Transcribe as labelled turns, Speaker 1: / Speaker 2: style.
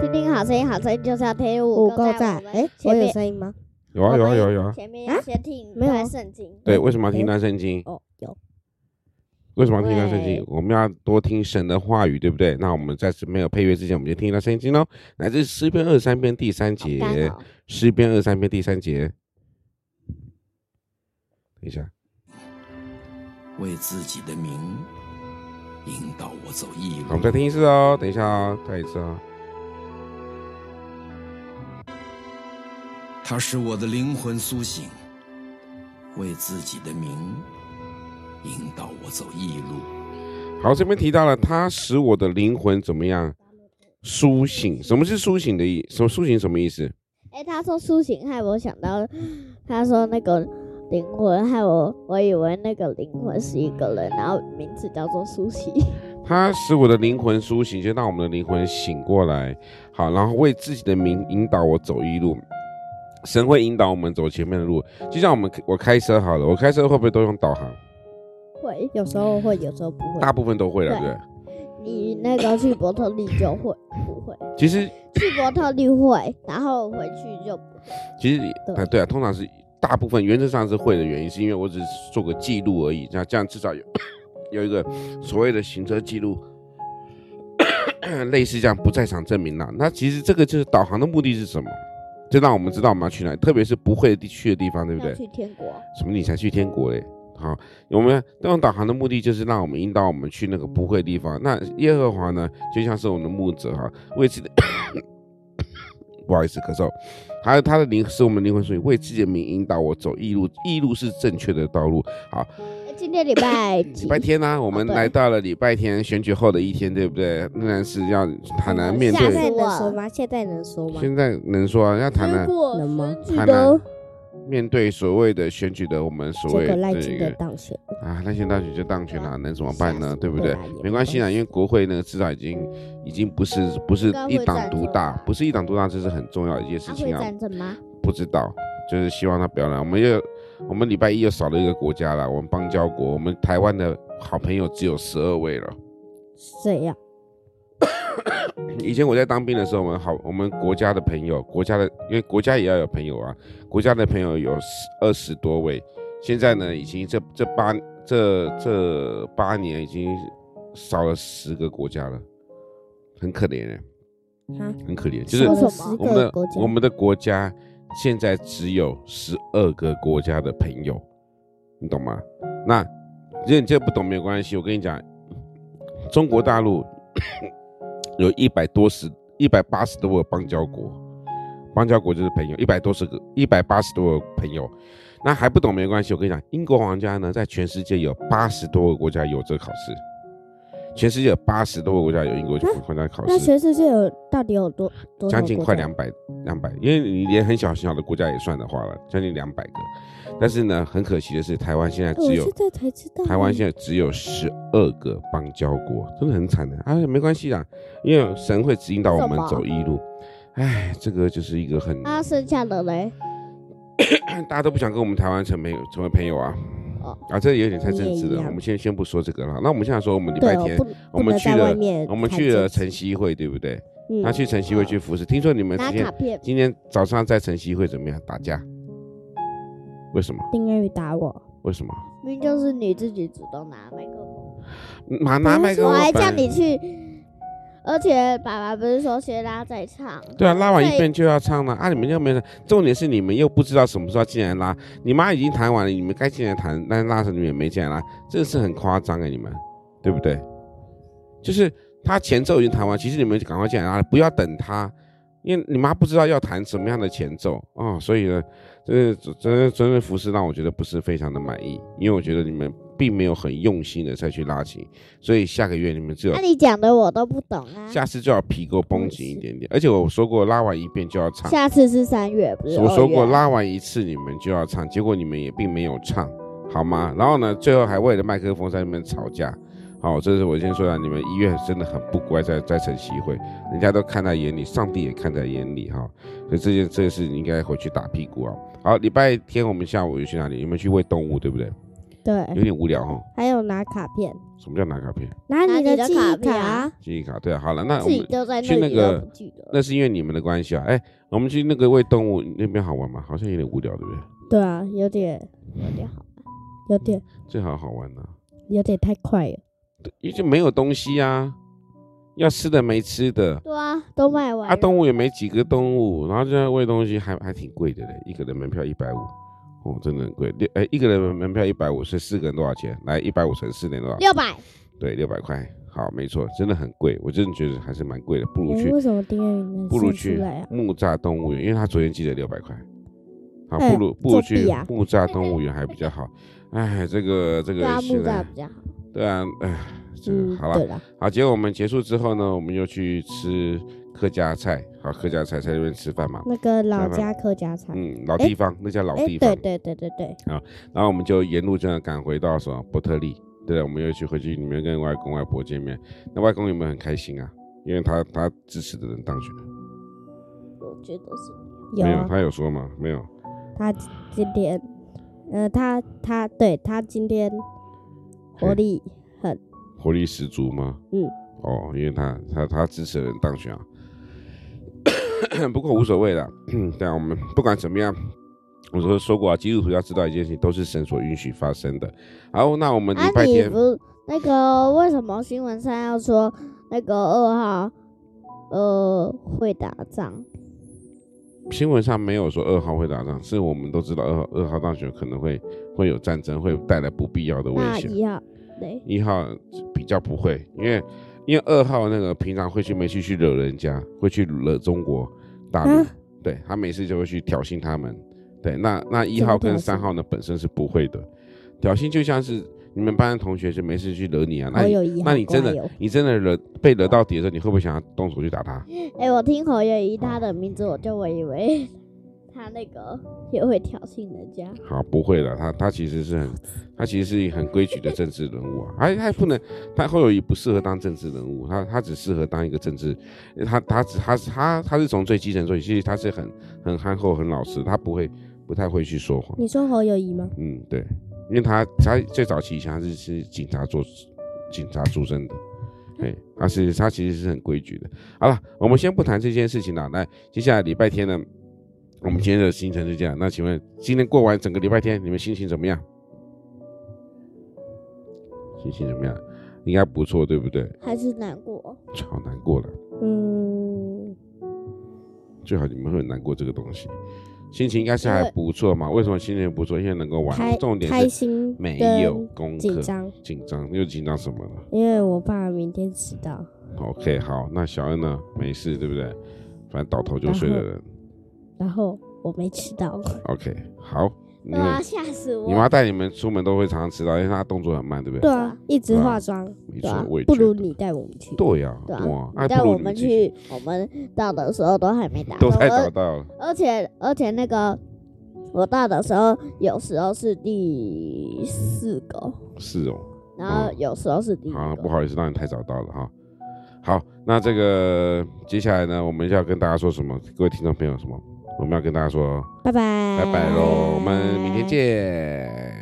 Speaker 1: 听听好声音，好声音就是要听
Speaker 2: 五
Speaker 1: 五
Speaker 2: 够
Speaker 1: 够
Speaker 2: 赞
Speaker 1: 赞。。
Speaker 2: 哎，我
Speaker 1: 前
Speaker 2: 有
Speaker 1: 面
Speaker 2: 声音吗？
Speaker 3: 有啊有啊有啊有啊。
Speaker 1: 前面
Speaker 2: 啊
Speaker 1: 要先听
Speaker 2: 没有啊
Speaker 1: 段圣经。
Speaker 3: 对，为什么要听他圣经？
Speaker 2: 哦，有。
Speaker 3: 为什么要听他圣
Speaker 1: 对
Speaker 3: 经？我们要多听神的话语，对不对？那我们在没有配乐之前，我们就听他圣经喽。来自诗篇二三篇第三节。
Speaker 1: 刚好
Speaker 3: 诗篇二三篇第三节。等一下，
Speaker 4: 为自己的名引导我走义
Speaker 3: 好，
Speaker 4: 路。
Speaker 3: 我们再听一次哦。等一下哦，再一次哦。
Speaker 4: 他使我的灵魂苏醒，为自己的名引导我走义路。
Speaker 3: 好，这边提到了他使我的灵魂怎么样苏醒？什么是苏醒的意？什么苏醒什么意思？
Speaker 1: 哎，他说苏醒，害我想到，他说那个灵魂，害我我以为那个灵魂是一个人，然后名字叫做苏醒。
Speaker 3: 他使我的灵魂苏醒，就让我们的灵魂醒过来。好，然后为自己的名引导我走一路。神会引导我们走前面的路，就像我们我开车好了，我开车会不会都用导航？
Speaker 1: 会，
Speaker 2: 有时候会，有时候不会。
Speaker 3: 大部分都会了，对不对？
Speaker 1: 你那个去伯特利就会不会？
Speaker 3: 其实
Speaker 1: 去伯特利会，然后回去就
Speaker 3: 其实
Speaker 2: 对
Speaker 3: 啊，对啊，通常是大部分原则上是会的原因，是因为我只是做个记录而已，这样这样至少有有一个所谓的行车记录，类似这样不在场证明啦。那其实这个就是导航的目的是什么？就让我们知道我们要去哪里，特别是不会的地区的地方，对不对
Speaker 1: 要？去天国。
Speaker 3: 什么你才去天国嘞？好，我们用导航的目的就是让我们引导我们去那个不会的地方。那耶和华呢，就像是我们的牧者哈，为自己的 不好意思咳嗽，还有他的灵是我们灵魂所以为自己的名引导我走义路，义路是正确的道路。好，
Speaker 1: 哎今天礼拜几
Speaker 3: 礼？拜天呢、啊我们
Speaker 1: 对
Speaker 3: 来到了礼拜天选举后的一天，对不对？仍然是要坦然面
Speaker 1: 下
Speaker 2: 现
Speaker 3: 对。
Speaker 2: 在
Speaker 1: 次
Speaker 2: 能说吗？现在能说吗？
Speaker 3: 现在能说啊，要坦然
Speaker 1: 果
Speaker 2: 能吗
Speaker 1: 选举
Speaker 3: 啊坦然
Speaker 1: 的
Speaker 3: 面对所谓的选举的我们所
Speaker 2: 结
Speaker 3: 谓
Speaker 2: 果
Speaker 3: 的
Speaker 2: 赖
Speaker 3: 一
Speaker 2: 清
Speaker 3: 个
Speaker 2: 德当选了，
Speaker 3: 啊，那些大学就当权了、能怎么办
Speaker 2: 吓
Speaker 3: 呢
Speaker 2: 死？
Speaker 3: 对不
Speaker 2: 对
Speaker 3: 对
Speaker 2: 啊也？
Speaker 3: 没关系啦，因为国会呢，至少已经已经不是不是
Speaker 1: 应该会
Speaker 3: 一党
Speaker 1: 赞
Speaker 3: 独
Speaker 1: 成
Speaker 3: 大
Speaker 1: 吧，
Speaker 3: 不是一党独大，这是很重要的一件事
Speaker 1: 他
Speaker 3: 情
Speaker 1: 会
Speaker 3: 啊。
Speaker 1: 战争吗？
Speaker 3: 不知道，就是希望他不要来。我们又我们礼拜一又少了一个国家了，我们邦交国，我们台湾的好朋友只有十二位了。
Speaker 2: 是这样。
Speaker 3: 以前我在当兵的时候，我们好，我们国家的朋友，国家的，因为国家也要有朋友啊，国家的朋友有十二十多位。现在呢，已经这这八这这八年已经少了十个国家了，很可怜欸
Speaker 2: 啊
Speaker 3: 很可怜。就是
Speaker 1: 为什么
Speaker 2: 十
Speaker 3: 我们的
Speaker 2: 个国家，
Speaker 3: 我们的国家现在只有十二个国家的朋友，你懂吗？那如果你这不懂没有关系，我跟你讲，中国大陆 有一百多十、一百八十多个邦交国，邦交国就是朋友，一百多十个、一百八十多个朋友。那还不懂没关系，我跟你讲，英国皇家呢，在全世界有八十多个国家有这个考试，全世界有八十多个国家有英
Speaker 2: 啊
Speaker 3: 国皇家考试。
Speaker 2: 那全世界有到底有多多少
Speaker 3: 将近
Speaker 2: 国
Speaker 3: 快
Speaker 2: 家
Speaker 3: 两百两百，因为你连很小很小的国家也算的话了，将近两百个。但是呢，很可惜的是，台湾现在
Speaker 2: 哎我
Speaker 3: 只有
Speaker 2: 现在才知道，
Speaker 3: 台湾现在只有十二个邦交国，真的很惨的。哎，没关系啦，因为神会指引导我们
Speaker 1: 什么
Speaker 3: 走一路。哎，这个就是一个很
Speaker 1: 啊，剩下的嘞，
Speaker 3: 大家都不想跟我们台湾成朋友成为朋友啊
Speaker 1: 哦。
Speaker 3: 啊，这有点太
Speaker 2: 你
Speaker 3: 政
Speaker 2: 也
Speaker 3: 治
Speaker 2: 一
Speaker 3: 了，
Speaker 2: 样
Speaker 3: 我们先先不说这个了。那我们现在说，我们礼
Speaker 2: 对
Speaker 3: 拜
Speaker 2: 哦，
Speaker 3: 天
Speaker 2: 不
Speaker 3: 我
Speaker 2: 不
Speaker 3: 们
Speaker 2: 能
Speaker 3: 去
Speaker 2: 在
Speaker 3: 了
Speaker 2: 外面
Speaker 3: 我们
Speaker 2: 看
Speaker 3: 去了
Speaker 2: 政
Speaker 3: 晨
Speaker 2: 治，
Speaker 3: 曦会，对不对？
Speaker 2: 嗯
Speaker 3: 那去晨曦会去服侍，听说你们之
Speaker 1: 拿
Speaker 3: 间
Speaker 1: 卡片。
Speaker 3: 今天早上在晨曦会怎么样？打架？为什么？
Speaker 2: 丁恩宇打我，
Speaker 3: 为什么？
Speaker 1: 明明就是你自己主动拿麦克风，
Speaker 3: 拿拿麦克
Speaker 1: 我
Speaker 3: 风，
Speaker 1: 还叫你去，而且爸爸不是说先拉再唱，
Speaker 3: 对啊，拉完一
Speaker 1: 对
Speaker 3: 遍就要唱了啊！你们又没有，重点是你们又不知道什么时候进来拉。你妈已经弹完了，你们该进来弹，但是拉成你们也没进来拉，这是很夸张啊！你们对不对？就是他前奏已经弹完，其实你们就赶快进来拉，不要等他，因为你妈不知道要弹什么样的前奏哦。所以呢，这真的真的服饰让我觉得不是非常的满意，因为我觉得你们并没有很用心的再去拉琴，所以下个月你们只有
Speaker 1: 那、啊你讲的我都不懂啊。
Speaker 3: 下次就要皮够绷紧一点点。而且我说过，拉完一遍就要唱。
Speaker 1: 下次是三月，不是
Speaker 3: 我说过，
Speaker 1: 二月啊
Speaker 3: 拉完一次你们就要唱，结果你们也并没有唱，好吗？然后呢，最后还为了麦克风在那边吵架。好、这是我先说的，啊你们一月真的很不乖，在在晨曦会，人家都看在眼里，上帝也看在眼里哈、所以这件这件事你应该回去打屁股啊。好，礼拜天我们下午有去哪里？你们去喂动物，对不对？有
Speaker 1: 哎
Speaker 2: 对，
Speaker 3: 点无聊哦。
Speaker 2: 还有拿卡片，
Speaker 3: 什么叫拿卡片？
Speaker 2: 拿
Speaker 1: 拿
Speaker 2: 你
Speaker 1: 你
Speaker 2: 的
Speaker 1: 的
Speaker 2: 记
Speaker 1: 卡
Speaker 2: 忆
Speaker 1: 片
Speaker 2: 卡
Speaker 1: 啊，
Speaker 3: 记忆卡，对啊，好了，那我
Speaker 1: 自己
Speaker 3: 们
Speaker 1: 丢在那
Speaker 3: 去那
Speaker 1: 里都
Speaker 3: 个
Speaker 1: 不记得。
Speaker 3: 那是因为你们的关系啊。哎，我们去那个喂动物那边好玩吗？好像有点无聊，对不对？
Speaker 2: 对啊，有点，
Speaker 1: 有点好，
Speaker 2: 有点，
Speaker 3: 最好好玩呢、
Speaker 2: 有点太快了。
Speaker 3: 因为就没有东西啊，要吃的没吃的
Speaker 1: 对啊，都卖完
Speaker 3: 啊，
Speaker 1: 了。
Speaker 3: 动物也没几个动物，然后就在喂东西还，还挺贵的嘞，一个人门票一百五，哦，真的很贵。六哎，一个人门门票一百五，所以四个人多少钱？来，一百五乘四等于多少？
Speaker 1: 六百，
Speaker 3: 对，六百块。好，没错，真的很贵，我真的觉得还是蛮贵的，不如
Speaker 2: 哎
Speaker 3: 去
Speaker 2: 为什么丁彦雨能
Speaker 3: 不如
Speaker 2: 生
Speaker 3: 去
Speaker 2: 出来啊？
Speaker 3: 木栅动物园，因为他昨天记得六百块。好，
Speaker 2: 哎
Speaker 3: 不如不
Speaker 2: 作
Speaker 3: 如
Speaker 2: 弊
Speaker 3: 去
Speaker 2: 啊
Speaker 3: 木栅动物园还比较好。哎，这个这个
Speaker 1: 抓木
Speaker 3: 现
Speaker 1: 栅
Speaker 3: 在
Speaker 1: 比较好。
Speaker 3: 对啊，哎，这个
Speaker 2: 嗯，
Speaker 3: 好了
Speaker 2: 对，了，
Speaker 3: 好，结果我们结束之后呢，我们又去吃客家菜，好，客家菜在那边吃饭嘛，
Speaker 2: 那个
Speaker 3: 麻
Speaker 2: 老
Speaker 3: 烦
Speaker 2: 家客家菜，
Speaker 3: 嗯，老地方，那叫老
Speaker 2: 哎，
Speaker 3: 地方
Speaker 2: 对，对对对对，
Speaker 3: 然后我们就沿路这样赶回到什么伯特利，对啊我们又去回去里面跟外公外婆见面，那外公有没有很开心啊？因为他他支持的人当选，
Speaker 1: 我觉得是
Speaker 2: 有
Speaker 3: 没
Speaker 2: 啊
Speaker 3: 有，他有说吗？没有，
Speaker 2: 他今天，呃，他他对他今天活力很，
Speaker 3: 活力十足吗？
Speaker 2: 嗯，
Speaker 3: 哦，因为他他他支持的人当选啊， 不过无所谓啦， 对啊，我们不管怎么样。我都说过啊，基督徒要知道一件事情，都是神所允许发生的。好，那我们礼
Speaker 1: 啊，
Speaker 3: 拜
Speaker 1: 你
Speaker 3: 天，
Speaker 1: 不那个为什么新闻上要说那个二号呃会打仗？
Speaker 3: 新闻上没有说二号会打仗，是我们都知道二号二号当选可能会会有战争，会带来不必要的危
Speaker 1: 那
Speaker 3: 险。
Speaker 1: 一号对，
Speaker 3: 一号比较不会，因为因为二号那个平常会去没事去惹人家，会去惹中国大陆，
Speaker 2: 啊
Speaker 3: 对他每次就会去挑衅他们。对，那那一
Speaker 2: 怎么
Speaker 3: 号跟
Speaker 2: 挑衅
Speaker 3: 三号呢本身是不会的，挑衅就像是你们班的同学就没事去惹你啊，那
Speaker 2: 我
Speaker 3: 你
Speaker 2: 有一号，
Speaker 3: 那你真
Speaker 2: 我还有
Speaker 3: 的你真的惹被惹到底的时候，你会不会想要动手去打他？
Speaker 1: 哎、
Speaker 3: 嗯
Speaker 1: 我听侯友谊他的名字，我就我以为 他那个也会挑衅人家。
Speaker 3: 好，啊不会了，他他其实是很，他其实是很规矩的政治人物啊，还还不能，他侯友谊不适合当政治人物，他他只适合当一个政治，他他只他他他是从最基层做起，其实他是很很憨厚、很老实，他不会不太会去说谎。
Speaker 2: 你说侯友谊吗？
Speaker 3: 嗯，对，因为他他最早期以前他是是警察做警察出身的，哎，他是他其实是很规矩的。好了，我们先不谈这件事情了。来，接下来礼拜天呢，我们今天的行程是这样。那请问今天过完整个礼拜天，你们心情怎么样？心情怎么样？应该不错，对不对？
Speaker 1: 还是难过，
Speaker 3: 好难过了，
Speaker 2: 嗯，
Speaker 3: 最好你们会很难过这个东西。心情应该是还不错嘛？为什么心情不错？因为能够玩，
Speaker 2: 开
Speaker 3: 重点
Speaker 2: 开
Speaker 3: 是
Speaker 2: 心
Speaker 3: 没
Speaker 2: 跟
Speaker 3: 有功课
Speaker 2: 紧，张，
Speaker 3: 紧张又紧张什么了？
Speaker 2: 因为我怕明天迟到。
Speaker 3: OK，好，那小恩呢？没事，对不对？反正倒头就睡的人。
Speaker 2: 然后我没迟到，
Speaker 3: OK，好，你
Speaker 1: 对
Speaker 3: 们
Speaker 1: 啊，吓死我！
Speaker 3: 嗯你妈带你们出门都会常常迟到，因为她动作很慢，对不
Speaker 2: 对
Speaker 3: 对？
Speaker 2: 啊，一直化妆，
Speaker 3: 没
Speaker 2: 对
Speaker 3: 错
Speaker 2: 啊，
Speaker 3: 我也，
Speaker 2: 不
Speaker 3: 觉
Speaker 2: 如
Speaker 3: 得
Speaker 2: 你带我们去。
Speaker 3: 对呀，
Speaker 1: 对
Speaker 3: 哇
Speaker 1: 啊，
Speaker 3: 哎，
Speaker 1: 你带
Speaker 3: 不如
Speaker 1: 我
Speaker 3: 你
Speaker 1: 们
Speaker 3: 自己
Speaker 1: 去，我们到的时候都还没打
Speaker 3: 都
Speaker 1: 到
Speaker 3: 太
Speaker 1: 而
Speaker 3: 早到了。
Speaker 1: 而且而且那个我到的时候，有时候是第四个，
Speaker 3: 是哦，
Speaker 1: 然后
Speaker 3: 嗯
Speaker 1: 有时候是第一
Speaker 3: 好，
Speaker 1: 个。
Speaker 3: 不好意思，让你太早到了哈。好，那这个接下来呢，我们要跟大家说什么？各位听众朋友，什么？我们要跟大家说
Speaker 2: 拜拜，
Speaker 3: 拜拜喽，我们明天见。